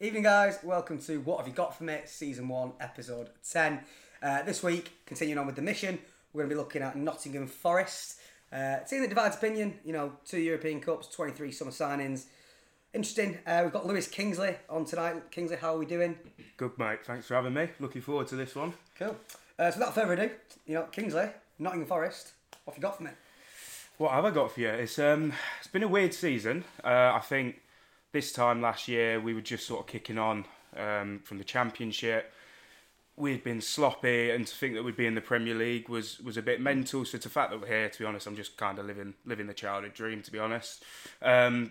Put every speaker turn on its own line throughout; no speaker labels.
Evening, guys. Welcome to What Have You Got For Me, Season 1, Episode 10. Uh, this week, continuing on with the mission, we're going to be looking at Nottingham Forest. Uh, team that divides opinion, you know, two European Cups, 23 summer signings. Interesting. Uh, we've got Lewis Kingsley on tonight. Kingsley, how are we doing?
Good mate, thanks for having me. Looking forward to this one.
Cool. Uh, so, without further ado, you know, Kingsley, Nottingham Forest, what have you got for me?
What have I got for you? It's um, it's been a weird season. Uh, I think this time last year we were just sort of kicking on um, from the championship. We'd been sloppy, and to think that we'd be in the Premier League was was a bit mental. So to fact that we're here, to be honest, I'm just kind of living living the childhood dream. To be honest, um,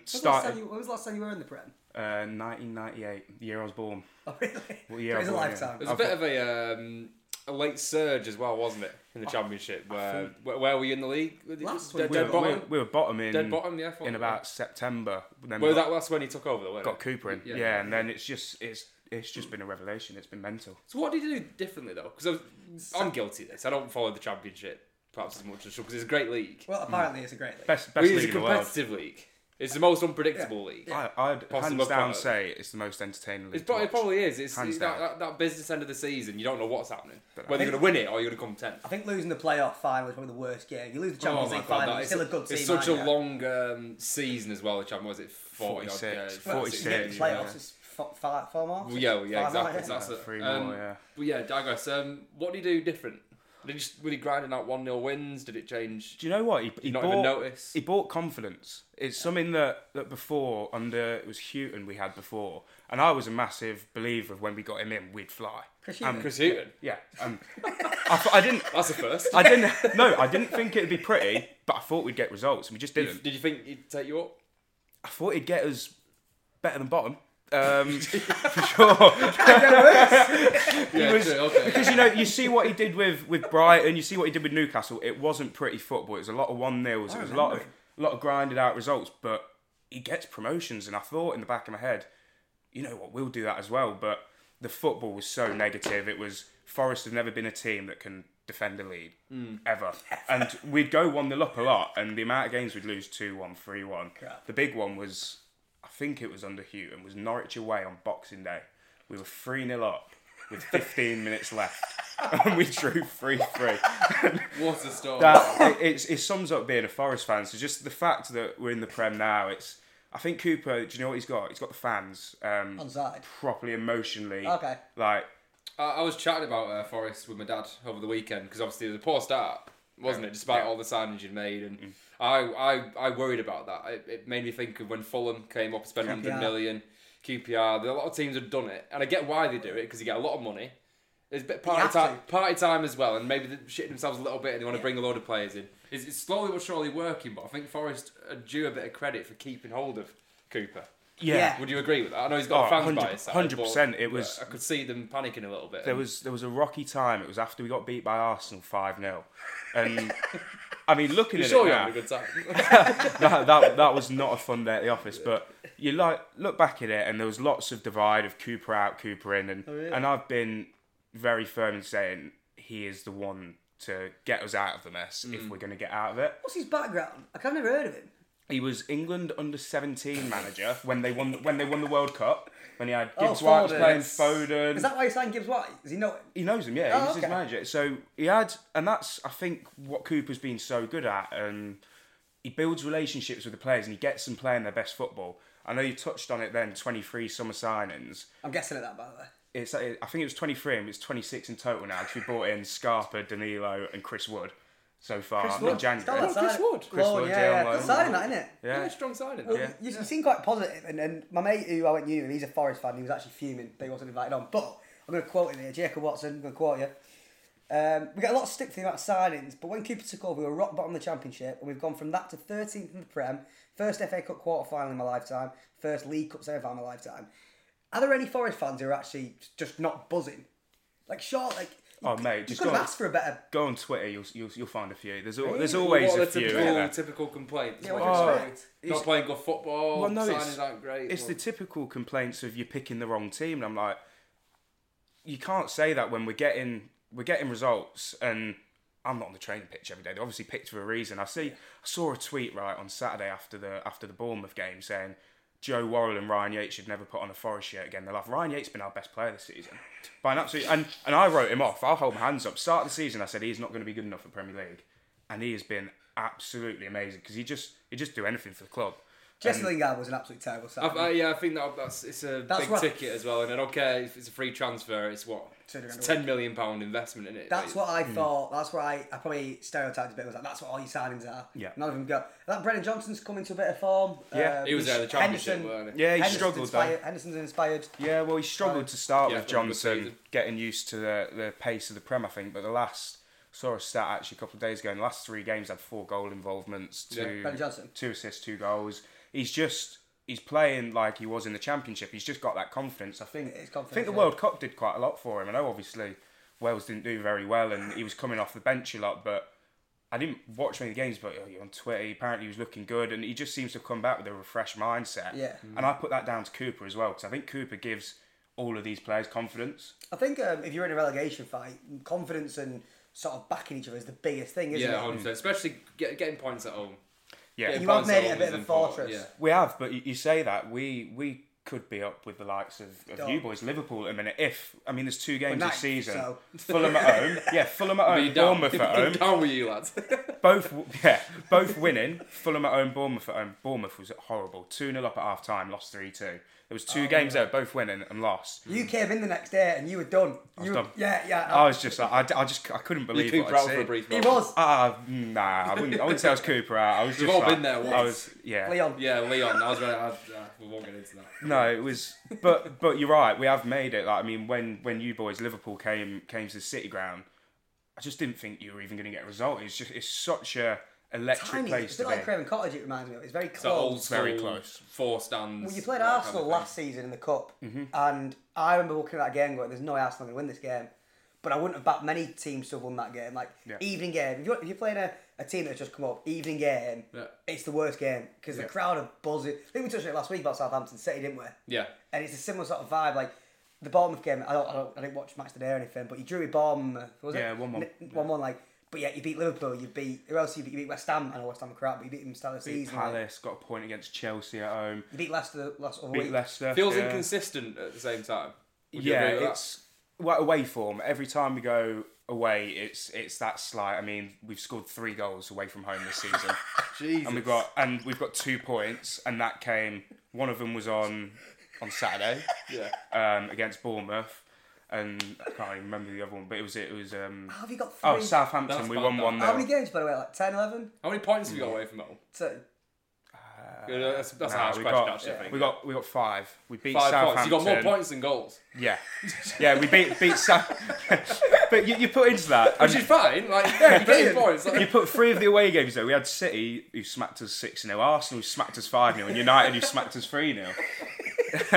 When was the last time
started
you- When was the last time you were in the Prem?
uh, 1998, the year I was born.
Oh, really?
Well, yeah,
it was a
well, yeah.
lifetime.
It was a bit of a um, a late surge as well, wasn't it, in the championship? Where where, where were you in the league? Were you-
Last
dead,
week.
dead
we, were-
bottom.
we were bottom in
Dead bottom, yeah, I thought
in
we
about September. Then we
well,
got-
that, that's when he took over, though. Wasn't
got
it?
Cooper in. Yeah,
Yeah.
and then it's just it's it's just been a revelation. It's been mental.
So what did you do differently though? Because I'm guilty of this. I don't follow the championship perhaps as much as because it's a great league.
Well, apparently it's a great league.
Best best
Well, it's a
league in the world.
competitive league. It's the most unpredictable league.
I, I'd hands
Possible
down
product.
say it's the most entertaining league.
It's
to
pro- it
watch.
probably is. It's,
Hands
it's
down.
that, that, that business end of the season. You don't know what's happening.
But I
Whether you're
think-
going to win it or you're going to come tenth.
I think losing the playoff final is probably the worst game. You lose the
Oh
Champions
my
League
God,
final,
that
you're
is-
still a good team.
It's such a
aren't you?
long um, season as well. The champion was it forty
46,
odd, yeah,
46,
You get the
46,
playoffs,
yeah.
it's fo- fi- four more.
Well, yeah, well, yeah,
Five more,
exactly.
yeah.
That's it.
Three
Um,
more, yeah.
But yeah, digress. Um, what do you do different? Did you just really grinding out one 0 wins? Did it change?
Do you know what he, he
not
bought?
even notice.
He bought confidence. It's something that, that before under it was Houghton we had before, and I was a massive believer of when we got him in we'd fly.
Chris
Um,
Hughton.
Chris Hughton.
Yeah, um, I, th- I didn't.
That's the first.
I didn't. No, I didn't think it'd be pretty, but I thought we'd get results, and we just didn't.
Did you think he'd take you up?
I thought he'd get us better than bottom. Um, for sure.
Yeah,
was-
true, okay.
Because you know, you see what he did with with Brighton, you see what he did with Newcastle. It wasn't pretty football. It was a lot of one nils. It was a lot of
remember
a lot of grinded out results. But he gets promotions, and I thought in the back of my head, you know what, we'll do that as well. But the football was so negative. It was Forest have never been a team that can defend a lead ever, and we'd go one nil up a lot, and the amount of games we'd lose 2-1, 3-1.
Crap.
The big one was, I think it was under Hugh, and was Norwich away on Boxing Day. We were three 0 up with 15 minutes left. and we drew 3 3.
What a story.
That, it, it's- it sums up being a Forest fan. So just the fact that we're in the Prem now, it's. I think Cooper, do you know what he's got? He's got the fans um,
On side.
properly emotionally.
Okay.
Like,
I, I was chatting about uh, Forest with my dad over the weekend because obviously it was a poor start, wasn't
Um,
it? Despite all the signings you'd made, and
Mm.
I, I, I worried about that. It, it made me think of when Fulham came up and spent 100
QPR.
million, QPR. there- A lot of teams have done it, and I get why they do it because you get a lot of money. It's a bit party
have to.
time, party time as well, and maybe they're shitting themselves a little bit, and they want to
Yeah.
bring a load of players in. It's, it's slowly but surely working, but I think Forest are due a bit of credit for keeping hold of Cooper.
Yeah.
Would you agree with that? I know he's got
Oh,
a fans
100
bias. side,
100%,
but
it was-
I could see them panicking a little bit.
there was there was a rocky time. It was after we got beat by Arsenal 5 0. And I mean, looking
You
at
sure
it
you
now,
had a good time?
that, that that was not a fun day at the office. But you like look back at it, and there was lots of divide of Cooper out, Cooper in, and
Oh, really?
and I've been very firm in saying he is the one to get us out of the mess
Mm.
if we're going to get out of it.
What's his background? I've never heard of him.
He was England under seventeen manager when they won when they won the World Cup. When he had
Oh,
Gibbs White was
Foden.
playing Foden,
Is that why he's signed Gibbs White? Is he not?
he knows him, yeah.
Oh,
He's
okay.
his manager. So he had, and that's I think what Cooper's been so good at, and he builds relationships with the players, and he gets them playing their best football. I know you touched on it then, 23 summer signings.
I'm guessing at that, by the way.
It's uh, I think it was 23, and it's 26 in total now because we brought in Scarpa, Danilo, and Chris Wood so far
Chris
in
Wood.
January.
Still outside.
Chris Wood.
Chris
Lord,
Wood,
yeah,
yeah,
yeah.
well.
Good signing, that, innit?
Yeah.
Yeah, strong signing.
Yeah.
You, you seem quite positive, and, and my mate who I went to uni with, he's a Forest fan. He was actually fuming that he wasn't invited on. But I'm going to quote him here, Jacob Watson. I'm going to quote you. Um, we get a lot of stick for the amount of signings, but when Cooper took over, we were rock bottom of the championship, and we've gone from that to 13th in the Prem, first FA Cup quarter final in my lifetime, first League Cup semi final in my lifetime. Are there any Forest fans who are actually just not buzzing? Like, sure, like you,
Oh, mate,
you
just
could have
go-
asked for a better.
Go on Twitter, you'll, you'll you'll find a few. There's al-
Really?
there's always
what
a
are the
few.
typical,
isn't there?
typical complaints.
Yeah,
What
what
do
do
you
you
expect?
expect?
it's-
Not playing good football.
Well, no, it's-
signings aren't great.
It's the
well,
typical complaints of you're picking the wrong team, and I'm like, you can't say that when we're getting we're getting results, and I'm not on the training pitch every day. They obviously picked for a reason. I see, I saw a tweet right on Saturday after the after the Bournemouth game saying Joe Worrell and Ryan Yates should never put on a Forest shirt again. They'll have Ryan Yates been our best player this season by an absolute and and I wrote him off. I'll hold my hands up. Start of the season, I said he's not going to be good enough for Premier League, and he has been absolutely amazing because he just he just do anything for the club. Um,
Jesse Lingard was an absolute terrible signing.
I've, uh, yeah, I think that that's it's a
That's
big
what-
ticket as well, and I don't care if it's a free transfer. It's what
Two hundred
it's
grand.
ten million pound investment in it.
That's
Like,
what I thought. That's where I, I probably stereotyped a bit. I was like, that's what all your signings are.
Yeah.
None of them go. That Brennan Johnson's come into a bit of form.
Yeah.
Um,
he was there in the championship,
Henderson-
weren't he?
Yeah, he
Henderson's
struggled though.
inspired, Henderson's inspired.
Yeah, well, he struggled to start
Yeah,
with
for a good
Johnson
season.
getting used to the, the pace of the Prem, I think. But the last saw a stat actually a couple of days ago. In the last three games, had four goal involvements,
Yeah,
two
Ben Johnson.
two assists, two goals. He's just he's playing like he was in the championship. He's just got that confidence. I think.
is
I think
confidence,
the
yeah.
World Cup did quite a lot for him. I know obviously Wales didn't do very well, and he was coming off the bench a lot, but. I didn't watch many games, but oh, you're on Twitter, apparently he was looking good, and he just seems to have come back with a refreshed mindset.
Yeah.
And I put that down to Cooper as well, because I think Cooper gives all of these players confidence.
I think um, if you're in a relegation fight, confidence and sort of backing each other is the biggest thing, isn't
Yeah,
it?
100%, especially get, getting points at home.
Yeah.
Getting
You have
points
made
at
it a
home
bit
is
of a
important,
fortress.
yeah.
We have, but you, you say that we we could be up with the likes of, of you
Oh.
boys, Liverpool at a minute. If I mean, there's two games
We're ninth,
this season.
so-
Fulham at home, yeah. Fulham at
Be
home,
down.
Bournemouth at home.
down with you lads.
both w- yeah, both winning. Fulham at home, Bournemouth at home. Bournemouth was horrible. Two 0 up at half time, lost three two. There was
Oh,
two games there, both winning and lost.
You came in the next day and you were done. you were,
done.
Yeah, yeah.
I was just like, I, d- I just c- I couldn't
you
believe
Cooper
what
out for a
I'd seen.
brief
he
moment.
was.
Ah, nah, I wouldn't. I wouldn't say I was Cooper out. I was just
all
like-
been there
I
once.
was, yeah.
Leon.
Yeah, Leon. I was ready. I, uh, we won't get into that.
No, it was, but but you're right. We have made it. Like I mean, when when you boys Liverpool came came to the City Ground, I just didn't think you were even going to get a result. It's just it's such a electric
Tiny. It's
place
a
to
bit
be.
like Craven Cottage, it reminds me of. It's very close.
So old school,
Oh, Very close.
Four stands.
Well, you played
that kind of
Arsenal
thing.
last season in the cup,
Mm-hmm.
and I remember looking at that game going, "There's no way Arsenal going to win this game." But I wouldn't have backed many teams to have won that game. Like evening game, if you're, if you're playing a, a team that's just come up, evening game,
Yeah.
it's the worst game because
Yeah.
the crowd are buzzing. I think we touched on it last week about Southampton City, didn't we?
Yeah.
And it's a similar sort of vibe. Like the Bournemouth game, I don't, I, don't, I didn't watch match today or anything, but you drew with Bournemouth, was
Yeah,
it?
1-1.
N- one one. Like, but yeah, you beat Liverpool, you beat who else? You beat, you beat West Ham. I know West Ham are crap, but you beat them start of the season. like.
Palace got a point against Chelsea at home.
You beat Leicester last other
Beat
week.
Leicester.
Feels
yeah.
inconsistent at the same time. Would you
Yeah,
agree with that?
it's well, away form. Every time we go away, it's it's that slight. I mean, we've scored three goals away from home this season.
Jesus.
and we've got and we've got two points, and that came. One of them was on on Saturday
yeah.
um, against Bournemouth, and I can't even remember the other one, but it was it was um,
How have you got three?
oh Southampton.
That's
we
bad,
won
that.
one
How many
nil.
games, by the way? Like 10, 11?
How many points have you got away from home?
So,
that's that's a
Uh, Nah,
harsh
we
question,
got,
actually. I think.
we got we got five. We beat
five points.
Southampton.
You got more points than goals,
Yeah, yeah. We beat beat South. but you, you put into that.
which
and-
is fine. Like, yeah, you get
brilliant.
your points. Like,
you put three of the away games though. We had City who smacked us six 0 Arsenal who smacked us five 0 and United who smacked us three 0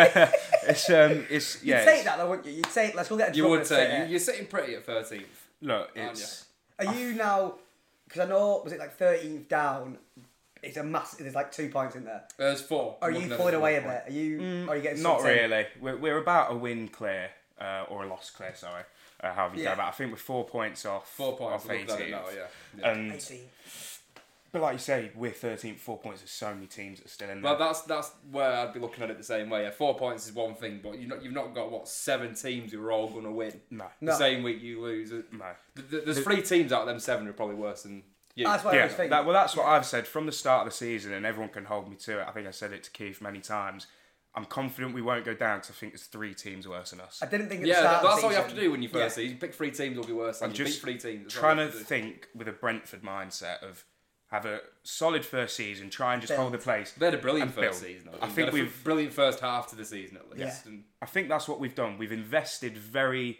It's um, it's yeah.
you'd
it's-
take that though, wouldn't you? You'd take, let's go get a
you
draw
would
at
say
City.
you, you're sitting pretty at 13th.
Look, it's
Are you now, because I know, was it like 13th down? It's a massive, there's like two points in there.
There's four.
Are
One
Oh, you
of them
pulling
is
away a
one
bit? Are you, are you getting
not
something?
really. We're, we're about a win clear uh, or a loss clear. Sorry, uh, however you go
Yeah.
about. it. I think we're four points off.
Four points.
Off
I'm looking at it
18th.
now, yeah. yeah.
And
18.
but like you say, we're 13th, four points. There's so many teams that are still in there.
But that's that's where I'd be looking at it the same way. Yeah, four points is one thing, but you've not you've not got what seven teams who are all going to win.
no,
The
No.
same week you lose. uh, Th-
no.
th- There's three teams out of them seven who are probably worse than you.
That's what I
Yeah,
was thinking.
that, well, that's what I've said from the start of the season, and everyone can hold me to it. I think I said it to Keith many times. I'm confident we won't go down because I think there's three teams worse than us.
I didn't think at
yeah,
the start
that-
of
that's
the
all you have to
season.
do when you first
Yeah.
season. Pick three teams will be worse than you.
just
Pick three teams. That's all
Trying
you
to
have do.
think with a Brentford mindset of have a solid first season, try and just
Build.
hold the place.
They had a
and
brilliant first
build.
season.
I
they
think
had a
we've.
brilliant first half to the season at least.
Yeah.
And
I think that's what we've done. We've invested very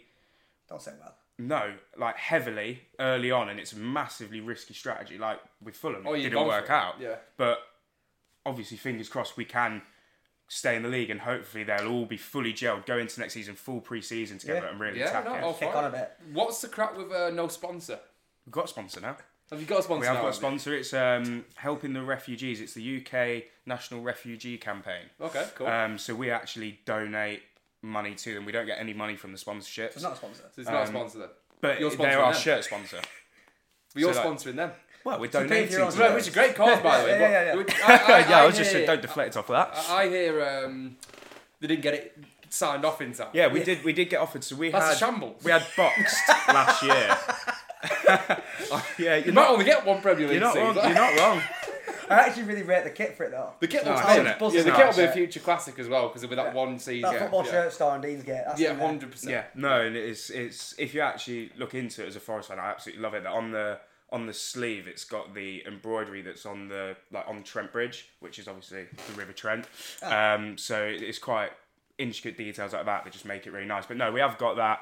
Don't say well.
no, like heavily early on, and it's a massively risky strategy. Like with Fulham,
Oh,
it
you've
didn't
gone
work
for it,
out.
yeah.
But obviously, fingers crossed, we can stay in the league, and hopefully, they'll all be fully gelled, go into next season full pre-season together,
Yeah.
and really
yeah,
attack
no,
it.
all
Kick on
fine.
a bit.
What's the crack with uh, no sponsor?
We've got a sponsor now.
Have you got a sponsor?
We have
now,
got a
have you?
sponsor. It's um, helping the refugees. It's the UK National Refugee Campaign.
Okay, cool.
Um, so we actually donate money to them. We don't get any money from the sponsorships,
It's not a sponsor.
um,
so it's not a sponsor then.
but
You're
they're our
sponsoring them.
shirt sponsor.
But you're
so, like-
sponsoring them.
Well, we're
To pave
donating.
your own
to
road.
them.
Which is a great cause, by the way.
Yeah, yeah, yeah.
but- I, I,
yeah, I, was
I
just saying,
hear-
don't deflect off that.
I I hear um, they didn't get it signed off in time.
yeah, we did. We did get offered. So we
That's a
had
shambles.
we had boxed last year. Oh, yeah, you're
You might
not.
only get one Premier
You're
League
not
season.
wrong. You're not wrong.
I actually really rate the kit for it though.
The kit looks
nice,
nice,
isn't
isn't
it?
Yeah, the
It's
kit
nice.
will be a future classic as well because it'll be that one season.
That football
yeah.
shirt star on Dean's gate. That's
Yeah,
in there.
hundred percent.
Yeah, no, and it's it's if you actually look into it as a Forest fan, I absolutely love it. That on the on the sleeve, it's got the embroidery that's on the like on Trent Bridge, which is obviously the River Trent.
Oh.
Um, so it- it's quite intricate details like that that just make it really nice. But no, we have got that.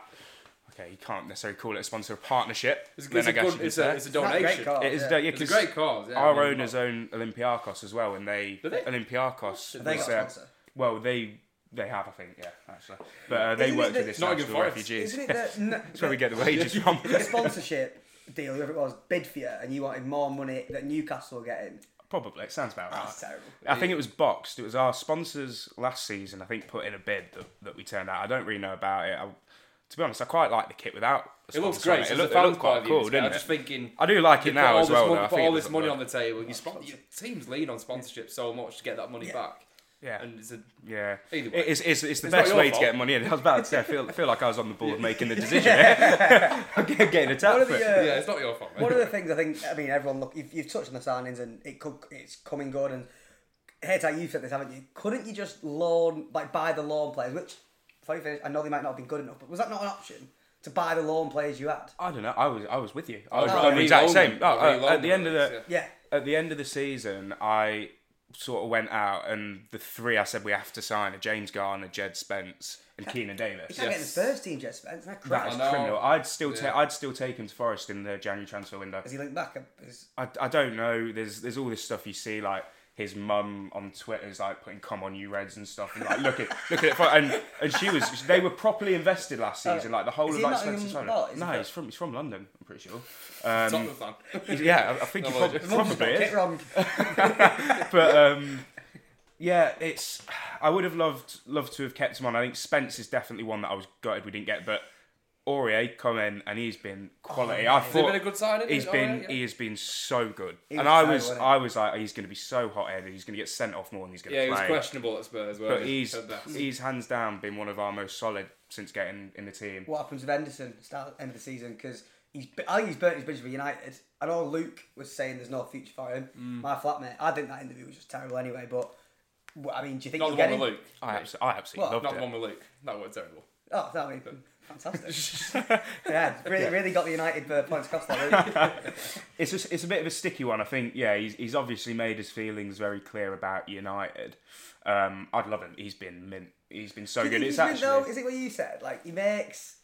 Okay, you can't necessarily call it a sponsor, a partnership.
It's,
then
it's,
I
a,
guess
good,
you could
it's, a,
say.
it's a
It's not a
donation.
great call.
It is,
yeah.
yeah,
It's a
'cause
great cause. Yeah,
our
I mean,
owners own Olympiakos as well, and they,
Do they?
Olympiakos.
they
was,
got a
uh,
sponsor?
well, they they have, I think, yeah, actually. But uh, they
Isn't it
worked with
the-
this
Nottingham
national
Forest,
refugees.
Isn't it that n-
That's where we get the wages from.
the sponsorship deal, whoever it was, bid for you, and you wanted more money that Newcastle were getting?
Probably, it sounds about
Oh,
That's
Ah.
right.
terrible.
I think it was boxed. It was our sponsors last season. I think put in a bid that, that we turned out. I don't really know about it. I, to be honest, I quite like the kit without. a
It looks
sponsor on
great.
It,
It
looked,
looks
it looked quite cool,
cool,
didn't
I'm
it?
just thinking.
I do like
You
it
put
now
all
as
this
well.
Money,
though. I
put
think it
all this
does
money
look
on the table. You spon-
sponsor.
your teams lean on sponsorship so much to get that money
Yeah.
back.
good. Yeah.
And it's a,
Yeah,
Either way.
it's, it's, it's the
It's not
best
your
way
fault.
to get money in. I was about to say, I feel, feel like I was on the board making the decision. here. I'm getting
One
attacked
of
for
the,
it.
uh,
yeah, it's not your fault.
One
mate.
of the things I think, I mean, everyone look, you've, you've touched on the signings and it could, it's coming good. And here's how you said this, haven't you? Couldn't you just loan, like buy the loan players? Which, funny thing, is, I know they might not have been good enough, but was that not an option to buy the loan players you had?
I don't know. I was I was with you. I was
uh, Oh,
on the exact
reload
same.
them.
No, uh,
Reload
at the
them,
end of the
yeah.
Yeah,
at the end of the season, I sort of went out and the three I said we have to sign are James Garner, Jed Spence, and Keenan Davis.
he's not
Yes.
getting his first team, Jed Spence. Isn't that
That
crap?
is
I know.
criminal. I'd still take
Yeah.
I'd still take him to Forest in the January transfer window.
Is he linked back? Is,
I, I don't know. There's there's all this stuff you see like his mum on Twitter is like putting "come on you Reds" and stuff, and like look at look at it, and and she was they were properly invested last season, like the whole
Uh, is
of
he
like
not
Spencer
even-
Simon.
not, is he
No,
not?
he's from he's from London, I'm pretty sure.
Tottenham fan.
He's- yeah, I, I think he
No
prob-
worries.
Mum's
probably
got
is.
it wrong.
But um, yeah, it's I would have loved loved to have kept him on. I think Spence is definitely one that I was gutted we didn't get, but. Aurier come in and he's been
Oh,
quality. I
Has it
thought
been a good signing?
He's
Is it
been e-
alright? Yeah.
he has been so good,
was
and I
so
was
good.
I was like he's going to be so hot headed. He's going to get sent off more than he's going to
Yeah, he was
play.
questionable at Spurs. weren't
but
he?
he's
At best.
he's hands down been one of our most solid since getting in the team.
what happens with Henderson at start end of the season because he's I think he's burnt his bridge with United. I know Luke was saying there's no future for him.
Mm.
My flatmate, I think that interview was just terrible anyway. But w- I mean, do you think
Not
you'll
the
get
one
him?
with Luke.
I absolutely, I absolutely
Well,
loved
Not
it.
the one with Luke. That was terrible.
Oh, that would be fantastic. yeah, really, really got the United uh, points across that. really.
It's just, it's a bit of a sticky one. I think yeah, he's he's obviously made his feelings very clear about United. Um, I'd love him. He's been mint. He's been so
Do you
good.
think he's
It's
good, though?
actually
Is it what you said? Like he makes.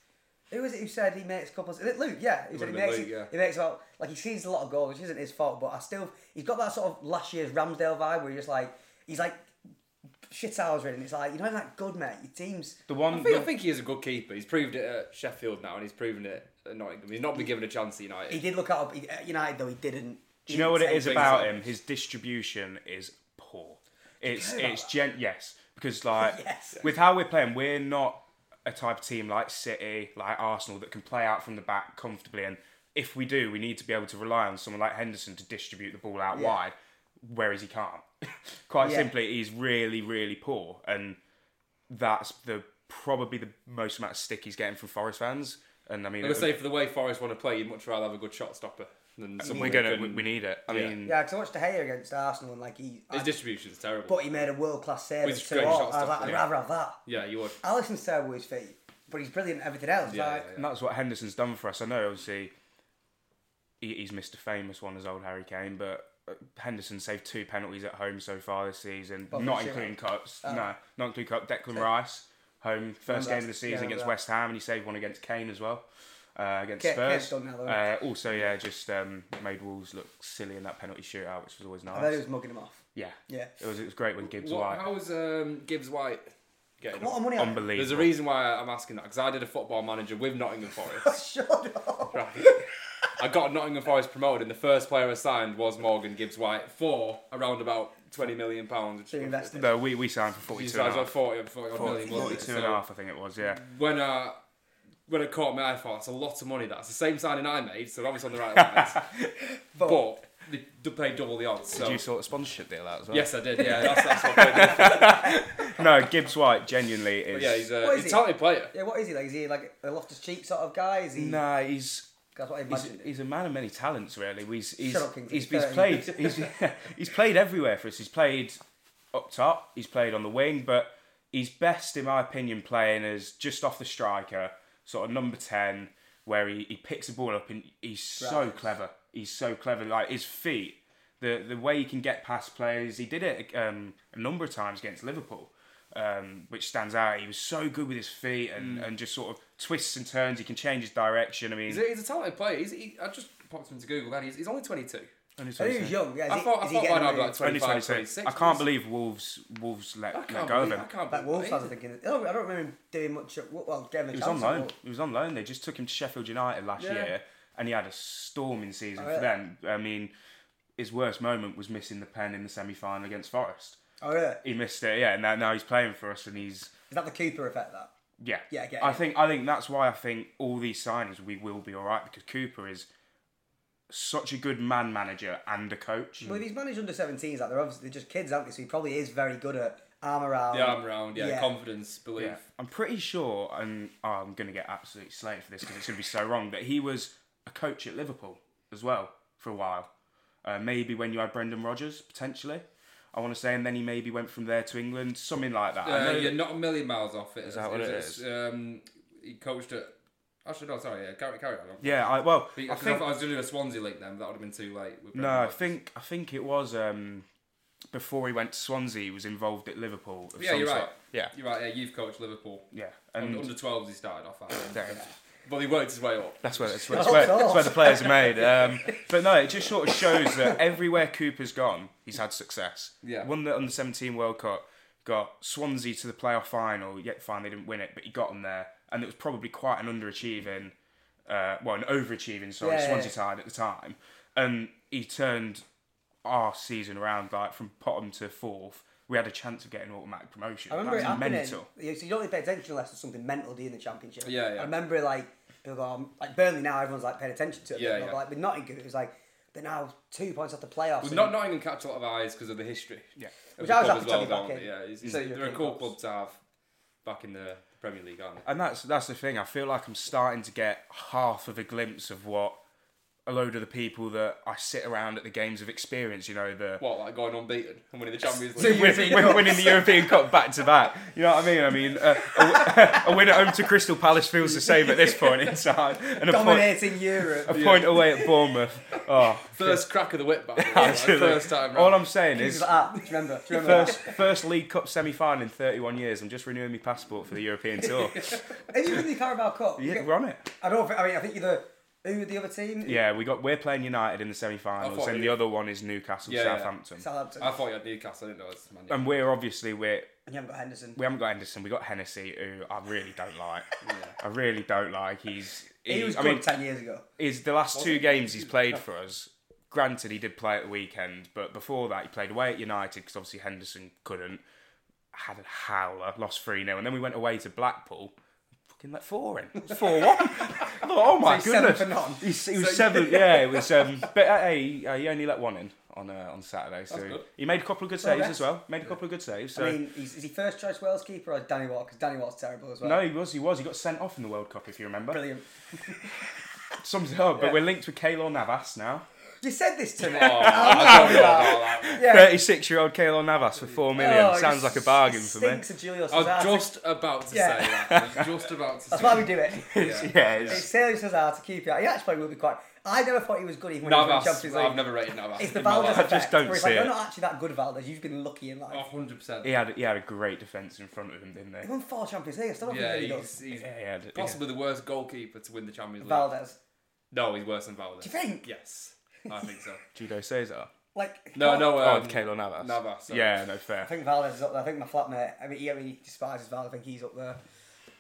Who was it who said he makes couples? Is it Luke? Yeah, he, said he
would've been
makes.
Luke, yeah.
He makes about like he sees a lot of goals, which isn't his fault. But I still, he's got that sort of last year's Ramsdale vibe where you're just like, he's like shit hours and it's like you know that good mate. Your team's
the one.
I think, I
the-
think he is a good keeper. He's proved it at Sheffield now, and he's proven it at Nottingham. He's not been given a chance at United.
he did look out he- at United though he didn't.
Do you know what it is
things
about
up.
him? His distribution is poor. It's
care about
it's gen yes because like
Yes.
with how we're playing, we're not a type of team like City, like Arsenal that can play out from the back comfortably. And if we do, we need to be able to rely on someone like Henderson to distribute the ball out
Yeah.
wide, whereas he can't. Quite
Yeah.
simply, he's really really poor, and that's the probably the most amount of stick he's getting from Forest fans. And I mean,
I would say for the way Forest want to play, you'd much rather have a good shot stopper than someone
we're
who
gonna we,
can-
we need it. I
Yeah.
mean,
Yeah, because I watched De Gea against Arsenal and like he,
His
I,
distribution's terrible.
but he made a world class save.
With
at
great
2-0. I
shots,
was like, I'd
yeah.
rather have that.
yeah, you would.
Allison's terrible with his feet, but he's brilliant at everything else.
Yeah,
like,
yeah,
And that's what Henderson's done for us. I know, obviously, he, he's missed a famous one as old Harry Kane, but uh, Henderson saved two penalties at home so far this season,
Well,
not
sure.
including cups. No, not including cup. Declan Rice, home first
Oh. Remember
game of the
that?
season
Yeah,
against
remember
West Ham, and he saved one against Kane as well. Uh, against
Kane- Kane's
Spurs.
done now, though,
uh, also, yeah, just um, made Wolves look silly in that penalty shootout, which was always
I bet he
nice.
was mugging him off.
Yeah,
Yeah.
it was. It was great when Gibbs
What,
White.
how's um, Gibbs White getting?
What
on?
a money! on
Unbelievable.
There's a reason why I'm asking that because I did a football manager with Nottingham Forest.
Shut up.
right. I got Nottingham Forest promoted, and the first player I signed was Morgan Gibbs White for around about twenty million pounds. Which
So you invested.
No, we, we signed for
He's
42 and a
like
half.
40, 40 odd million, wasn't it?
42 and a
So-
half, I think it was, yeah.
when uh when it caught me, I thought that's a lot of money. That's the same signing I made, so obviously on the right lines. but they d- pay double the odds. So.
Did you sort of sponsorship deal out as well?
Yes, I did. Yeah, that's, that's what I did.
No, Gibbs White genuinely is.
Yeah, he's uh, a,
What is
he's a
he?
talented player.
Yeah, what is he like? Is he like a Loftus Cheek sort of guy? Is he?
Nah, he's
That's what I
He's,
imagined.
he's a man of many talents, really. He's he's
Shut up, Kingsley,
he's, he's
thirty.
played he's, he's played everywhere for us. He's played up top. He's played on the wing, but he's best, in my opinion, playing as just off the striker, sort of number ten, where he, he picks the ball up and he's so
Right.
clever. He's so clever. Like his feet, the the way he can get past players. He did it um, a number of times against Liverpool. Um, which stands out. He was so good with his feet and,
Mm.
and just sort of twists and turns. He can change his direction. I mean,
He's a, he's a talented player. He's, he, I just popped into Google that. He's, he's only 22.
only
I think
27.
he was young. Yeah, is
I
he,
thought- I
is he
thought
getting
Van Dijk
really-
likes
Only
25,
26.
26.
I can't believe Wolves Wolves let,
I
let
can't
go of
believe,
him.
I can't
Like
believe
Wolves fans are
that.
thinking. Oh, I don't remember him doing much. At, well, gave him a
He was
chance
on
at
loan.
Wolves.
He was on loan. They just took him to Sheffield United last
Yeah.
year, and he had a storming season
Oh, really?
for them. I mean, his worst moment was missing the pen in the semi final against Forest.
Oh, really?
He missed it, yeah, and now, now he's playing for us, and he's
Is that the Cooper effect? That
yeah.
Yeah, I get
I
it.
think I think that's why I think all these signings we will be all right because Cooper is such a good man manager and a coach.
well, if he's managed under 17s, like they're obviously they're just kids, aren't they? So he probably is very good at arm around.
The arm round, yeah, confidence, belief.
Yeah. I'm pretty sure, and oh, I'm going to get absolutely slated for this because it's going to be so wrong, that he was a coach at Liverpool as well for a while. Uh, maybe when you had Brendan Rodgers, potentially, I want to say, and then he maybe went from there to England, something like that. I
Uh,
know
you're
that-
not a million miles off it. Is
that what it is?
Um, he coached at. Actually, no, sorry. Yeah, carry, carry on.
yeah, I, well,
But- 'cause
I
I,
think,
thought I was doing a Swansea link then, but that would have been too late. with
no,
Brendan
I
Rodgers.
think I think it was um, before he went to Swansea, he was involved at Liverpool. Of
Yeah,
some
you're
sort.
right.
Yeah,
You're right. Yeah, you've coached Liverpool.
yeah,
Under-
Mm.
and
Under 12s, he started off at.
Yeah.
But he worked his way up.
That's where that's where, that's
Oh,
where,
God.
that's where the players are made. Um, but no, it just sort of shows that everywhere Cooper's gone, he's had success.
Yeah.
Won the under seventeen World Cup, got Swansea to the playoff final. Yet finally didn't win it, but he got them there, and it was probably quite an underachieving, uh, well, an overachieving sorry
Yeah, yeah,
Swansea
yeah.
side at the time, and he turned our season around like from bottom to fourth. We had a chance of getting automatic promotion.
I remember
That's
it happening.
mental.
Yeah, so you don't really pay attention unless there's something mental do you, in the championship.
Yeah, yeah.
I remember like people go, um, like Burnley now, everyone's like paying attention to it.
Yeah,
but,
yeah.
Like with Nottingham, it was like they're now two points off the playoffs.
But
and-
not Nottingham catch a lot of eyes because of the history.
Yeah.
Of
Which
the
I was
club
happy
as
to
well,
be back
don't
in.
they? Yeah, it's,
So
it's-
you're
they're a
okay,
cool
Pops.
club to have back in the Premier League, aren't they?
And that's that's the thing. I feel like I'm starting to get half of a glimpse of what a load of the people that I sit around at the games have experienced. You know, the
What, like going unbeaten and winning the Champions
we're,
League?
we're winning the European Cup back to back. You know what I mean? I mean, uh, a, w- a win at home to Crystal Palace feels the same at this point in time, and a point,
dominating Europe.
a point away at Bournemouth. Oh,
First crack of the whip back. then, like,
absolutely.
first time
All
round.
I'm saying
This is
is.
that. "Ah, Do you remember? Do you remember?
First, first League Cup semi-final in 31 years. I'm just renewing my passport for the European tour.
that? Have you won the Carabao Cup?
Yeah, we're on it.
I don't. think- I mean, I think you're the who were the other team?
Yeah, we got we're playing United in the
I
semi-finals,
thought
and
you-
the other one is Newcastle
Yeah, yeah.
Southampton.
Southampton.
I thought you had Newcastle, I didn't know it was Man U.
And we're obviously we're
and you haven't got Henderson.
we haven't got Henderson, we got Hennessy, who I really don't like.
Yeah.
I really don't like. He's he,
He was
I
good
mean,
ten years ago.
he's the last two games he's played for us. Granted, he did play at the weekend, but before that, he played away at United because obviously Henderson couldn't. Had a howler, lost 3 0, and then we went away to Blackpool. Fucking let four in. It was 4 1. I thought, oh my
he's seven
goodness.
for none.
He's, he was seven, yeah, it was. Um, but uh, hey, uh, he only let one in on uh, on Saturday, so
good.
he made a couple of good saves
that's-
as well. Made a couple of good saves. So.
I mean, he's, is he first choice Wales keeper or is Danny Watt? Because Danny Watt's terrible as well.
no, he was. He was. He got sent off in the World Cup, if you remember.
Brilliant.
Sums it up. But we're linked with Kaylor Navas now.
You said this to me.
Oh, I don't know about that.
yeah.
Thirty-six-year-old Kaylor Navas for four million.
Oh, it
Sounds like a bargain for me.
Stinks of Julius
I was
Hazard.
just about to
Yeah.
say that. I was just about to
That's
say
why we do it.
It's-
Yeah.
yeah,
It's
it's,
Julius Hazard to keep you out. He actually will be quite. I never thought he was good even when he was in
Navas,
Champions League.
I've never rated Navas.
it's the
in my
Valdez
life.
effect.
just don't
where it's
see
like,
it.
You're not actually that good, Valdez. You've been lucky in life.
Oh, 100%.
he had he had a great defence in front of him, didn't
He
they?
won four Champions League. I still don't
Yeah,
think he
he's,
does.
he's
Yeah, he had, yeah.
possibly the worst goalkeeper to win the Champions League.
Valdez.
No, he's worse than Valdez.
Do you think?
Yes, I think so.
Judo Cesar.
Like
No, no.
oh,
Um,
Kaylor Navas.
Navas, sorry.
Yeah, no
I
fair.
think Valdez is up there. I think my flatmate. I mean, he, I mean, he despises Valdez. I think he's up there.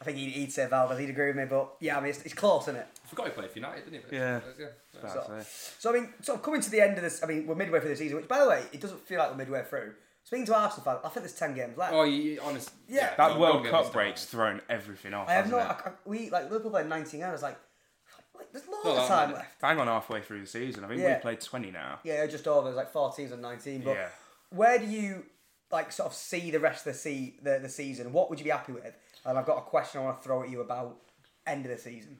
I think he'd, he'd say Valdez. He'd agree with me, but yeah, I mean, it's, it's close, isn't it?
I forgot he played for United, didn't he? But-
Yeah.
yeah.
That's
So,
it.
so I mean, sort of coming to the end of this. I mean, we're midway through the season, which, by the way, it doesn't feel like we're midway through. Speaking to Arsenal fans, I think there's ten games left.
Oh, you, you, honest.
Yeah.
Yeah,
That
don't- don't
World
get me
Cup
started.
break's thrown everything off.
I have
hasn't
not.
it?
I, I- we like Liverpool played 19 and I was like, what? There's loads
Not
of
that
time
many.
left.
Bang on halfway through the season. I think
Yeah.
we played 20 now.
Yeah, just over. There's like 14s and 19. But
Yeah.
where do you like sort of see the rest of the, se- the the season? What would you be happy with? And I've got a question I want to throw at you about end of the season.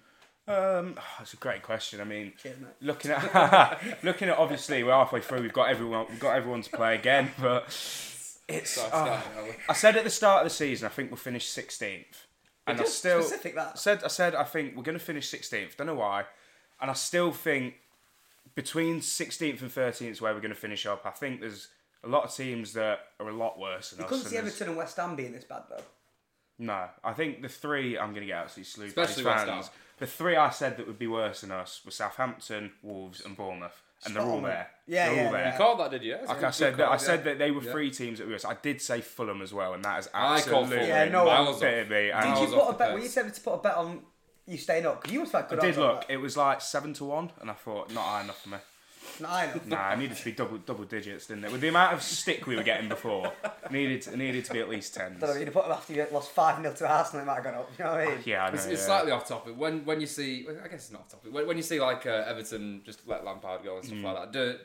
Um, that's a great question. I mean,
Cheers, mate.
looking at looking at obviously we're halfway through. We've got everyone we've got everyone to play again, but it's.
So I
ah.
started early.
I said at the start of the season, I think we'll finish 16th, and I
Just
still
specific that.
said I said I think we're going to finish 16th. Don't know why, and I still think between 16th and 13th is where we're going to finish up. I think there's a lot of teams that are a lot worse than
You
us.
couldn't
and
see
there's-
Everton and West Ham being this bad though.
no, I think the three I'm going to get absolutely slewed
Especially
by
West
these fans.
Ham.
The three I said that would be worse than us were Southampton, Wolves, and Bournemouth, and they're
Spot
all
on.
there.
Yeah,
they're
yeah,
all there.
yeah.
You called that, did you?
Like I said, that, I said that they were three teams that were worse. I did say Fulham as well, and that is
I called
absolutely
Fulham.
Yeah, no one-
miles bit of me. And
Did
I
you
was
put
off
a
the
bet? Were you
pace.
tempted to put a bet on you staying up? 'Cause you must have had good
I did
odds on
look.
that.
It was like seven to one, and I thought not high enough for me.
Nah, I know.
Nah, I needed to be double double digits, didn't it? With the amount of stick we were getting before, needed it needed to be at least tens.
Don't know, you'd have put them after you lost 5 0 to Arsenal, it might have gone up. You know what I mean?
Yeah, I know.
It's, it's
yeah.
slightly off topic. When when you see, well, I guess it's not off topic. When, when you see like uh, Everton just let Lampard go and
Mm.
stuff like that, do,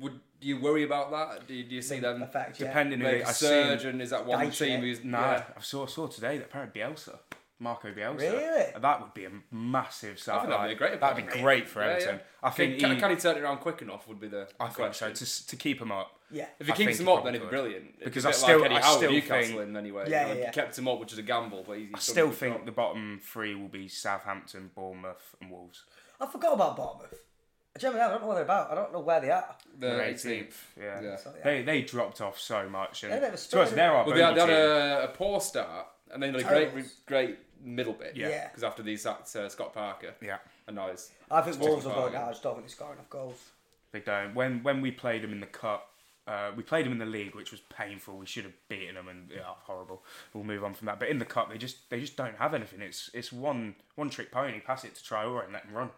would do you worry about that? Do you, do you see them
Effect, yeah.
depending who
make
it-
a
I've
surge
seen-
and is that one
Dyche, yeah.
team who's
No,
yeah.
I saw saw today that apparently Bielsa, Marco Bielsa.
Really?
That would be a massive sign.
that'd be a great
that'd be
appointment.
great for
Yeah,
Everton.
yeah.
I think.
can,
he,
can he turn it around quick enough? Would be the
I think so.
question.
To, s- to keep him up.
Yeah.
If he
I
keeps
think
him
he
up,
probably
then he'd be
would.
brilliant. It's
Because
a
I
bit
still-
like Eddie
I
Howe
still
Newcastle
think-
in anyway.
Yeah,
you know,
yeah, yeah.
He kept him up, which is a gamble, but he's, he's
I
done
still
a good
think
job.
the bottom three will be Southampton, Bournemouth, and Wolves.
I forgot about Bournemouth. Generally, I don't know what they're about. I don't know where they are.
the
They're
18th.
Yeah.
Yeah.
So, yeah.
They they dropped off so much, and
Yeah, they were
to us,
struggling.
they're our
Well, they had, they
bogey
had
team.
a, a poor start and then a great,
Terrible.
great middle bit.
Yeah.
Yeah.
Because after these sacked uh, Scott Parker.
Yeah,
And now he's
I think Wolves will
Still
go
fine.
down. I just don't think they score enough goals.
they don't. When when we played them in the cup, uh, we played them in the league, which was painful. We should have beaten them, and yeah, horrible. We'll move on from that. But in the cup, they just they just don't have anything. It's it's one one trick pony. Pass it to Traore and let him run.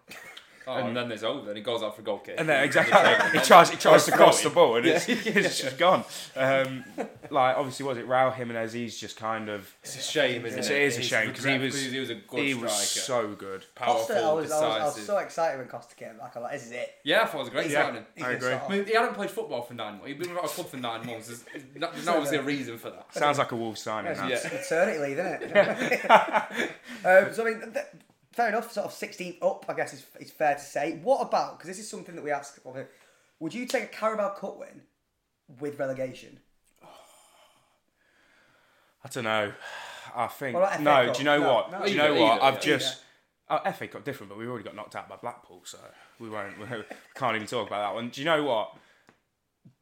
Oh, and then there's over, and he goes out for a goal kick.
And then exactly, he tries he tries to cross the ball, and it's, it's just gone. Um, like obviously, was it Raul Jimenez? He's just kind of
It's a shame, isn't
It's-
it?
it is a shame, 'cause he
regret-
was-
he was a good
he
striker.
was so good.
powerful,
Costa, I was, I, was, I was
decisive.
so excited when Costa came back. I'm like, this is it.
yeah, I thought it was a great
Yeah.
signing.
He's
I
gonna
agree.
start.
I mean, he hadn't played football for nine months. He'd been out of club for nine months. There's, there's not obviously a reason for that.
Sounds like a Wolves signing. that.
Yeah.
It's maternity leave, isn't it? um, so I mean, th- fair enough. Sort of 16th up, I guess is, is fair to say. What about because this is something that we asked. of it, Would you take a Carabao Cup win with relegation?
I don't know. I think
What about FA
no.
Cup?
Do you know
No,
what?
no.
do you
Either,
know what?
either,
I've
yeah.
just oh, FA Cup different, but we already got knocked out by Blackpool, so we won't. We can't even talk about that one. Do you know what?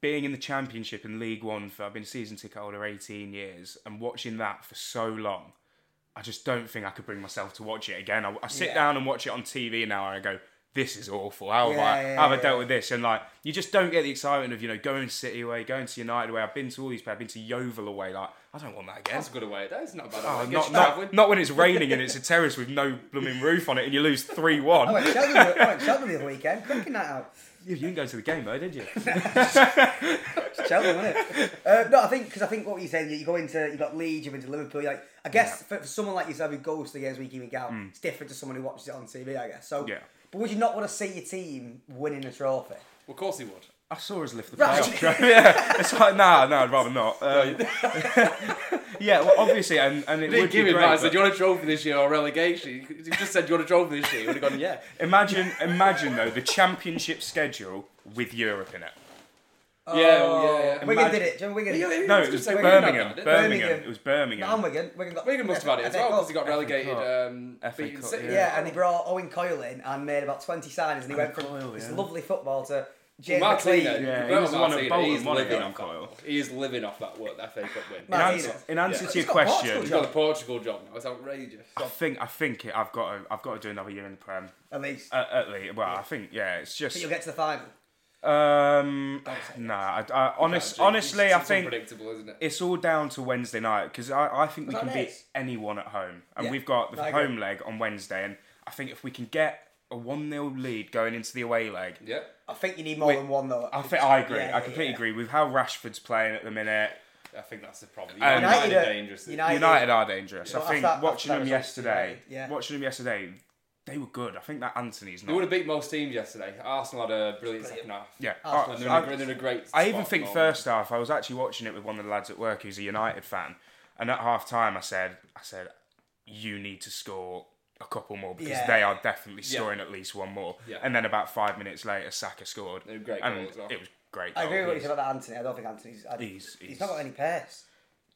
Being in the Championship and League One for I've been a season ticket holder eighteen years and watching that for so long, I just don't think I could bring myself to watch it again. I, I sit
Yeah.
down and watch it on TV now, and I go. This is awful. How have
Yeah,
I,
yeah,
how have I
yeah.
dealt with this? And like, you just don't get the excitement of you know going City away, going to United away. I've been to all these. I've been to Yeovil away. Like, I don't want that again.
That's a good away. That is not a bad.
Oh,
away.
not,
Get
not,
travelling.
not when it's raining and it's a terrace with no blooming roof on it and you lose 3
I
1.
went Oh, Cheltenham the, I went Cheltenham the other weekend. Cracking that out.
You didn't go to the game though, did you?
It's Cheltenham, isn't it? Uh, no, I think because I think what you said, you go into you got Leeds, you've been to Liverpool. You're like, I guess for, for someone like yourself who goes to the games week in week out, it's different to someone who watches it on TV. I guess so.
Hmm. Yeah.
But would you not want to see your team winning a trophy?
Well, of course he would.
I saw us lift the
Right.
playoff trophy. Yeah, it's like, nah, no, I'd rather not. Um, yeah, well, obviously, and, and it
He
would
didn't give
be
him
great,
that. I said,
but
"Do you want a trophy this year or relegation?" He just said, "Do you want a trophy this year?" He would have gone, "Yeah."
Imagine, imagine though, the championship schedule with Europe in it.
Oh,
yeah, well, yeah, yeah.
Wigan
Imagine-
did it. Do you remember Wigan?
No, it was
Wigan
Birmingham.
had that, didn't
Birmingham.
Birmingham. It was
No, and
Birmingham.
Wigan. Wigan got.
they? Wigan must have had it as
FA
well
Cup.
because he got relegated,
Cup.
um,
FA
beaten
Cup,
City.
yeah.
Yeah, and he brought Owen Coyle in and made about 20 signings and he went from
Coyle,
this
yeah.
lovely football to James
Martinez.
McLean.
Yeah, he
Roberto
was the one at
Martinez,
Bolton,
he's
wasn't he,
living
on
off that
Coyle?
one. He is living off that work that FA Cup win.
In
Martinez.
answer, in answer
Yeah.
to your
He's got Portugal
question,
He's
job.
got a Portugal job now. It's outrageous.
I think I think it, I've got to, I've got to do another year in the Prem.
At least.
Uh, at least, well, I think yeah, it's just
But you'll get to the final.
Um, nah. I, I, honest, honestly, I
It's
think
unpredictable, isn't it?
it's all down to Wednesday night because I, I think we
that
can
it
beat
is?
anyone at home, and
Yeah,
we've got the
I agree.
home leg on Wednesday, and I think if we can get a one 0 lead going into the away leg,
Yeah.
I think you need more than one though.
I think I agree.
Yeah, yeah,
I completely
yeah.
agree with how Rashford's playing at the minute.
I think that's the problem.
Um,
United,
United
are
are-
dangerous.
United- I
United are dangerous.
So
I think
after that-
watching
after that
them
result,
yesterday,
United, yeah.
watching them yesterday, they were good. I think that Anthony's
They would
not.
have beat most teams yesterday. Arsenal had a brilliant second half.
Yeah,
Arsenal
I-
And they're,
I-
in a, they're in a great.
I
spot
even
at the
think
moment.
first half I was actually watching it with one of the lads at work who's a United fan, and at half time I said, I said, you need to score a couple more because
Yeah.
they are definitely
Yeah.
scoring at least one more.
Yeah.
And then about five minutes later, Saka scored.
A great
and
goal as well.
It was great.
I
goal.
agree with what you
He's-
said about Anthony. I don't think Anthony's. I,
He's-
he's,
he's-
not got any pace.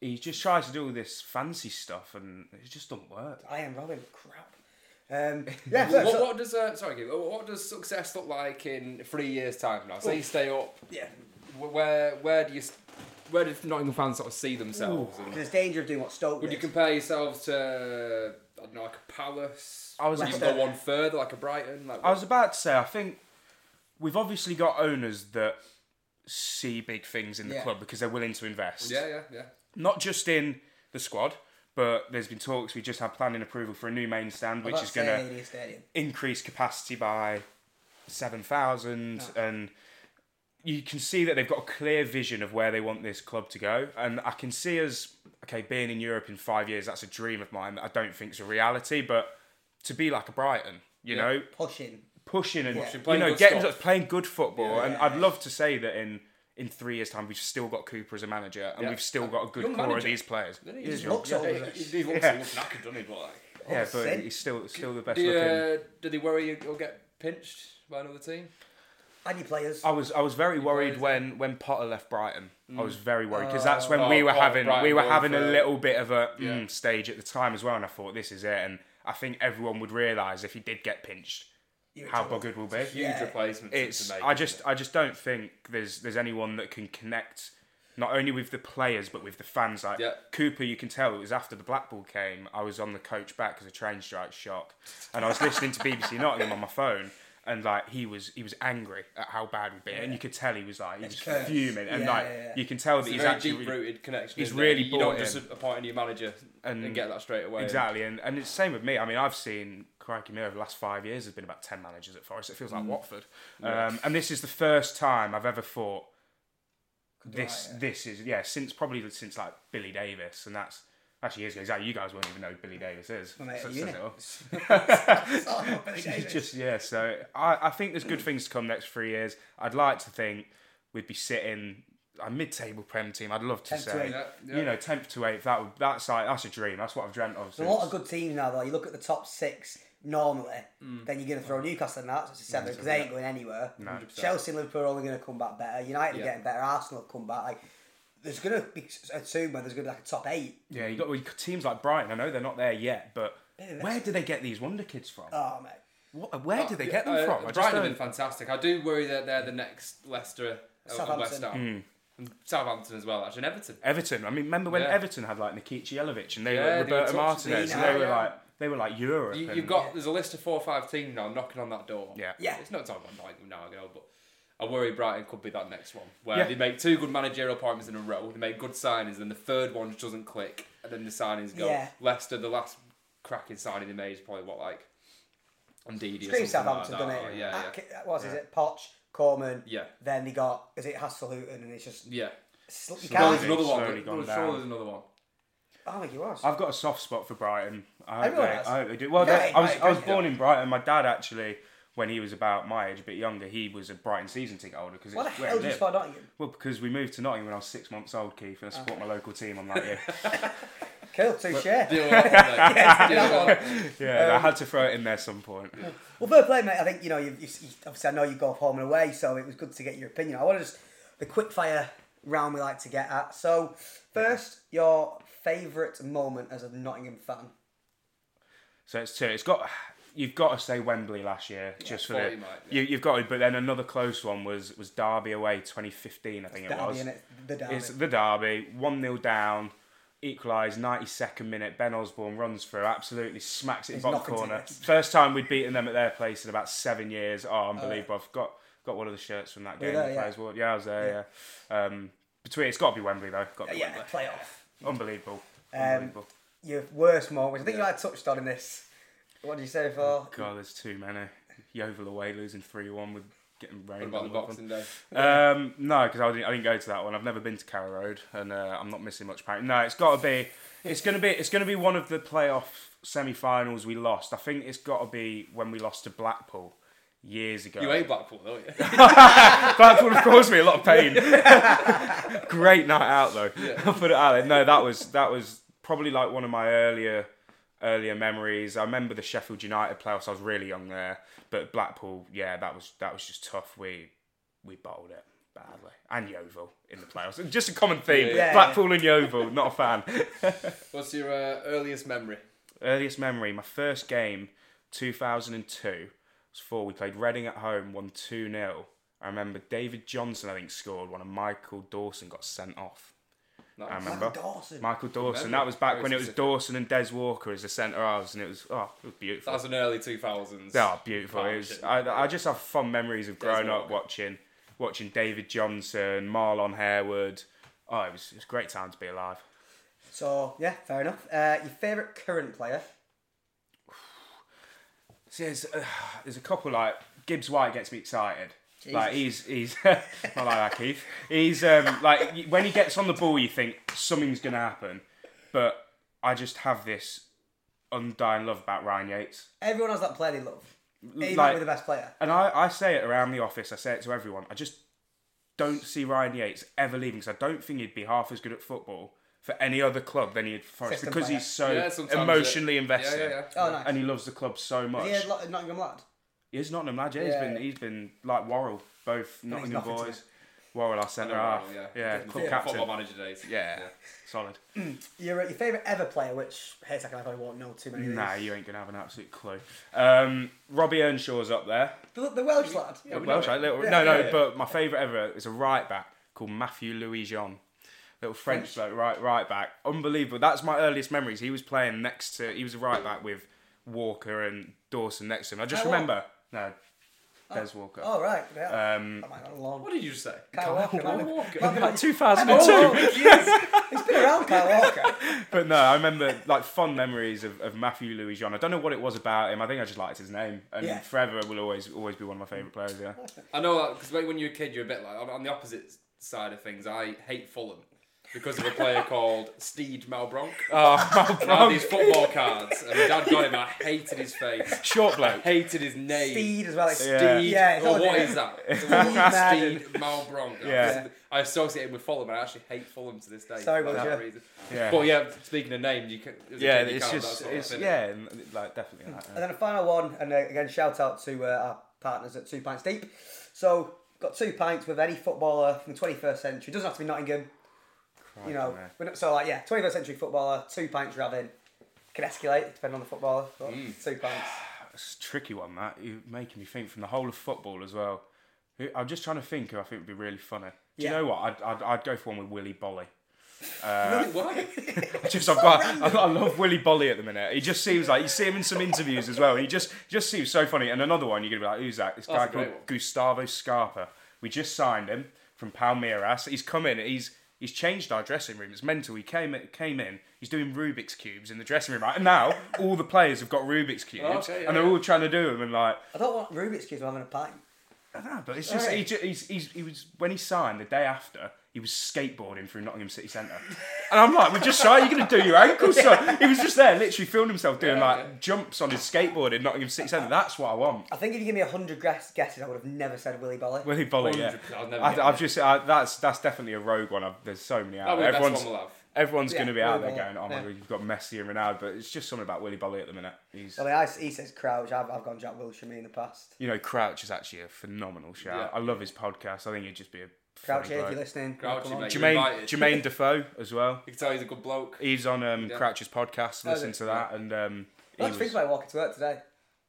He just tries to do all this fancy stuff, and it just doesn't work.
I am Robin. Crap. Um, yeah. so-
What,
so-
what does uh, sorry, Gabe, what what does success look like in three years' time now? Say you stay up.
yeah.
wh- Where where do you s- where do Nottingham fans sort of see themselves? And
There's danger of doing what Stoke
would you
did.
compare yourselves to I don't know, like a Palace?
I was-
Would you
Leicester.
go one further, like a Brighton. Like
I was about to say, I think we've obviously got owners that see big things in the
Yeah.
club because they're willing to invest.
yeah, yeah, yeah.
Not just in the squad, but there's been talks. We just had planning approval for a new main stand, which
About
is going to
Stadium, Stadium.
increase capacity by seven thousand, and you can see that they've got a clear vision of where they want this club to go. And I can see us okay being in Europe in five years. That's a dream of mine. that I don't think it's a reality, but to be like a Brighton, you
Yeah.
know,
pushing.
pushing and
Pushing,
you
playing
know
good
getting
stuff.
to playing good football.
Yeah.
and I'd love to say that in in three years' time we've still got Cooper as a manager and
Yeah.
we've still got a good
Young
core of
manager.
these players.
Didn't he?
It is
He
young.
looks older.
Yeah, he- he looks
Yeah.
he looks knackered, doesn't he? But like,
yeah, but
Sin.
he's still still the best
do you,
looking.
uh, do they worry you- you'll get pinched by another team?
And your players.
Oh,
I was I was very worried
plays
when when Potter left Brighton. I was very worried because that's when we
Mm. Oh,
were
Potter,
having we
Brighton
were
going
having a
for-
little bit of a
Yeah.
mm, stage at the time as well, and I thought this is it. And I think everyone would realise if he did get pinched,
You're in
how
trouble.
buggered we'll be.
Huge
Yeah.
replacement.
it's
to make,
I
isn't
just I just don't think there's there's anyone that can connect not only with the players but with the fans. Like
Yeah.
Cooper, you can tell it was after the Blackpool game. I was on the coach back because a train strike shock, and I was listening to BBC Nottingham on my phone. And like he was, he was angry at how bad we'd been, and you could tell he was like he was
cursed.
fuming, and
Yeah,
like
yeah, yeah.
you can tell that
It's
he's
a very
actually
deep rooted connection.
he's
isn't it?
really
You don't
bought
just
in.
appoint a new manager and,
And-
get that straight away.
Exactly, and, and it's the same with me. I mean, I've seen crikey me over the last five years. There's been about ten managers at Forest. It feels like Watford, um, and this is the first time I've ever thought this.
Right, yeah.
This is yeah, since probably since like Billy Davis, and that's actually years ago. Exactly, you guys won't even know who Billy Davis is.
My mate at
So it
uni.
says it all.
Oh, Billy
It's
Davis.
just yeah. So I, I think there's good things to come next three years. I'd like to think we'd be sitting a mid-table prem team. I'd love to
10th to
say.
eighth.
Yeah, yeah.
You know, tenth to eighth. That would, that's like that's a dream. That's what I've dreamt of.
There's
Since.
a lot of good teams now, though. You look at the top six normally,
Mm.
then you're going to throw Newcastle in that, so it's a seven, because they ain't going anywhere. Chelsea and Liverpool are only going to come back better. United are
Yeah.
getting better. Arsenal have come back. Like, there's going to be a soon where there's going to be like a top eight.
Yeah, you got well, you got teams like Brighton. I know they're not there yet, but
that's-
where do they get these wonder kids from?
Oh, mate.
What, where do they get them
Uh,
from? I just
Brighton have been
don't.
fantastic. I do worry that they're the next Leicester uh, and West
Southampton.
Hmm.
Ham. And Southampton as well, actually, and Everton.
Everton. I mean, remember when
Yeah.
Everton had like Nikita Jelovic and they
Yeah, they
were
were
Roberto
top
Martinez,
team,
and they were
yeah.
like they were like Europe.
You,
and-
you've got there's a list of four or five teams now knocking on that door.
Yeah.
Yeah.
it's not talking about Nottingham now ago, but I worry Brighton could be that next one where
Yeah.
they make two good managerial appointments in a row, they make good signings, then the third one just doesn't click, and then the signings go.
Yeah.
Leicester, the last cracking signing they made is probably what like. Ndidi or
Scream
something
Southampton,
like
done
that.
it?
or- Yeah, yeah.
Atk- What is it? Poch, Coleman.
Yeah.
Then they got, is it Hasselhutten? And it's just,
Yeah.
sl- you
Slowly.
There
can't. Oh,
was another one.
slowly
There
gone
was
down.
surely there's another one.
I think it was.
I've got a soft spot for Brighton. I hope
Everyone
they,
has.
I hope they do. Well,
Yeah,
they-
I
I was,
agree.
I was born in Brighton. My dad actually, when he was about my age, a bit younger, he was a Brighton season ticket holder because
Why the
it's where I
hell did you
live.
spot Nottingham?
Well, because we moved to Nottingham when I was six months old, Keith, and I support my local team on that year.
Cool, touche.
Deal with it, mate. Deal with it.
yeah,
Um,
I had to throw it in there some point.
Well, fair play, mate. I think you know. You've, you've, you obviously, I know you go home and away, so it was good to get your opinion. I want to just the quick fire round we like to get at. So, first, your favourite moment as a Nottingham fan.
So it's two. It's got. You've got to say Wembley last year, just for
thought
the.
you might,
You, you've got it, but then another close one was was Derby away 2015, I think it
Derby
was.
in it, the derby.
It's the Derby, one 0 down, equalised 92nd minute. Ben Osborne runs through, absolutely smacks it in bottom
nothing to
corner.
this.
First time we'd beaten them at their place in about seven years. Oh, unbelievable! I've got got one of the shirts from that game.
Uh, there,
the
yeah?
players wore. Yeah, I was there. Yeah. Um, between it's got to be Wembley though. Got to be
yeah, Um, playoff.
Wembley. Unbelievable. Unbelievable.
Your worst moment, which I think you had touched on in this. What did you say before?
God, there's too many. Yeovil away losing 3 1 with getting
What
rained
about the
on.
Boxing Day?
Um, no, because I didn't, I didn't go to that one. I've never been to Carrow Road, and uh, I'm not missing much. Apparently, no, it's got to be. It's gonna be. It's gonna be one of the playoff semi-finals we lost. I think it's got to be when we lost to Blackpool years ago.
You hate Blackpool, don't you?
That would have caused me a lot of pain. Great night out though. I'll put it out there. No, that was that was probably like one of my earlier earlier memories. I remember the Sheffield United playoffs. I was really young there, but Blackpool, yeah, that was that was just tough. We we bottled it badly, and Yeovil in the playoffs. Just a common theme:
Yeah,
yeah.
Blackpool and Yeovil. Not a fan.
What's your uh, earliest memory?
earliest memory, my first game, 2002, it was four. We played Reading at home, won 2 0. I remember David Johnson, I think, scored one, and Michael Dawson got sent off.
Nice.
I remember.
Michael Dawson.
Michael Dawson.
Remember.
That was back
Very
when it was
specific.
Dawson and Des Walker as the centre halves, and it was, oh, it was beautiful.
That was in early 2000s.
Oh, beautiful. It was, I, I just have fond memories of growing up
Walker.
watching watching David Johnson, Marlon Harewood. Oh, it was, it was a great time to be alive.
So yeah, fair enough. Uh, your favourite current player?
See, there's, uh, there's a couple like Gibbs White gets me excited. Like he's he's not like that, Keith. He's um like y- when he gets on the ball, you think something's gonna happen, but I just have this undying love about Ryan Yates.
Everyone has that player they love. He might
Like-
be the best player.
And I, I say it around the office, I say it to everyone. I just don't see Ryan Yates ever leaving because I don't think he'd be half as good at football for any other club than he had for Forest
System
because
player.
he's so
Yeah, sometimes it-
emotionally
yeah,
invested.
yeah, yeah.
Oh, nice.
And he loves the club so much.
He had lo- Nottingham lad.
He's Nottingham lad, yeah.
Yeah.
He's been he's been like Worrell, both Nottingham
nothing to
boys. Worrell, our centre half.
yeah.
Ah, Yeah, club captain.
Football manager days.
Yeah. solid.
Mm. Your your favourite ever player, which hey, second I probably won't know too many. of
Nah,
these.
you ain't gonna have an absolute clue. Um, Robbie Earnshaw's up there.
the, the Welsh lad.
Yeah, we know
Welsh,
it.
like, little,
Yeah,
no, no,
yeah, yeah.
but my favourite ever is a right back called Matthew Louis Jean. Little French bloke, right, right back. Unbelievable. That's my earliest memories. He was playing next to, he was a right back with Walker and Dawson next to him. I just
Kyle Walker?
remember, no, Des Walker.
Oh right. Yeah.
Um,
I might not long.
What did you say?
Kyle Walker.
Kyle
man.
Walker.
Kyle Walker.
2002.
Oh, He's been around Kyle Walker.
But no, I remember like fond memories of, of Matthew Louis John. I don't know what it was about him. I think I just liked his name, and
Yeah.
forever will always always be one of my favourite players. Yeah,
I know that because when you're a kid, you're a bit like on, on the opposite side of things. I hate Fulham because of a player called Steed Malbronk.
Oh,
And I had these football cards, and my dad got him. I hated his face,
short bloke.
hated his name.
Speed as well. Like,
Yeah.
Steed. Yeah. it's
oh,
all
what
different.
is that?
Madden.
Steed Malbronk.
Yeah.
I associate him with Fulham, and I actually hate Fulham to this day.
Sorry,
for
Roger.
that reason.
Yeah.
But yeah, speaking of names, you can. as a
Yeah,
kid, you
it's
can't,
just
that's what
it's
I'm
yeah, and, like definitely. Like,
And
that.
then a final one, and uh, again, shout out to uh, our partners at Two Pints Deep. So, got two pints with any footballer from the 21st century. Doesn't have to be Nottingham, you know.
Crikey, mate.
We're not, so, like, yeah, 21st century footballer, two pints you're having. Can escalate, depending on the footballer. but
Mm.
Two pints.
it's a tricky one. That you're making me think from the whole of football as well. Who- I'm just trying to think who I think would be really funny. Do you
Yeah.
know what? I'd, I'd, I'd go for one with Willy Bolly.
thinking. Why?
just I've got, I, I love Willy Bolly at the minute. He just seems like you see him in some interviews as well. He just just seems so funny. And another one you're gonna be like, who's that? This guy
a great
called
one.
Gustavo Scarpa. We just signed him from Palmeiras. He's come in. He's he's changed our dressing room. It's mental. He came in, came in. He's doing Rubik's cubes in the dressing room. Right? And now all the players have got Rubik's cubes,
Oh, okay, yeah,
and they're
yeah.
all trying to do them. And like,
I don't want Rubik's Cubes when I'm having a pint.
I don't know, but it's just he,
Alright.
ju- he's, he's, he was when he signed the day after he was skateboarding through Nottingham City Centre, and I'm like, we're just shy. You're gonna do your ankles? So he was just there, literally filming himself doing
Yeah,
like
yeah.
jumps on his skateboard in Nottingham City Centre. That's what I want.
I think if you give me 100 guess- guesses, I would have never said Willy Bolly.
Willy Bolly, yeah.
100%, I'll never
I,
get
I've
that.
just I, that's that's definitely a rogue one. I've, there's so many out.
That'll be
there.
the best
Everyone's
one we'll have.
everyone's
Yeah,
gonna be out
Willy
there
Bolly,
going, oh my
yeah.
god, you've got Messi and Ronaldo, but it's just something about Willy Bolly at the minute. He's
Well, I, he says Crouch. I've, I've gone Jack Wilshere me in the past.
you know Crouch is actually a phenomenal shout.
Yeah.
I love his podcast. I think he'd just be a funny
Crouch, here, if
bloke.
you're listening.
Crouchy,
come on.
mate.
Jermaine
invited.
Jermaine Defoe as well.
You can tell he's a good bloke.
He's on um,
Yeah.
Crouch's podcast.
Oh, is
Listen
it?
to that, and um, he
Let's
was,
think about walking to work today.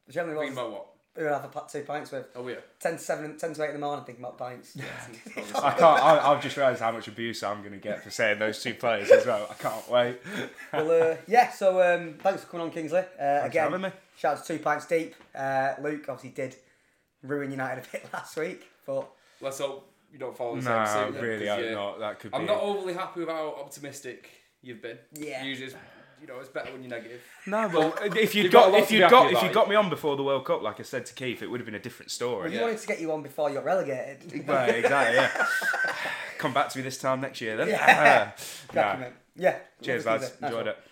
Generally,
Thinking
what
about what?
we're going to have a, pa- two pints with.
Oh yeah.
10 to 7, 10 to 8 in the morning thinking about pints.
I can't. I, I've just realised how much abuse I'm going to get for saying those two players as well. I can't wait.
well, uh, yeah, so um, thanks for coming on, Kingsley. Uh, again,
having me.
shout out to Two Pints Deep. Uh, Luke obviously did ruin United a bit last week, but
Let's hope you don't follow the
No,
same suit. then,
really,
'cause,
hope
yeah.
not. That could
I'm
be.
not overly happy with how optimistic you've been.
Yeah.
You just You know, it's better when you're negative.
No, but if you'd
you've got
got,
a lot
if
to
you would
be happy
got if
about
you
it.
got me on before the World Cup, like I said to Keith, it would have been a different story.
You
Yeah.
wanted to get you on before you got relegated.
Well, exactly. Yeah. Come back to me this time next year then.
Yeah.
Nah.
Cracking, mate. Yeah.
Cheers,
Love it,
lads.
Nice one.
Enjoyed it.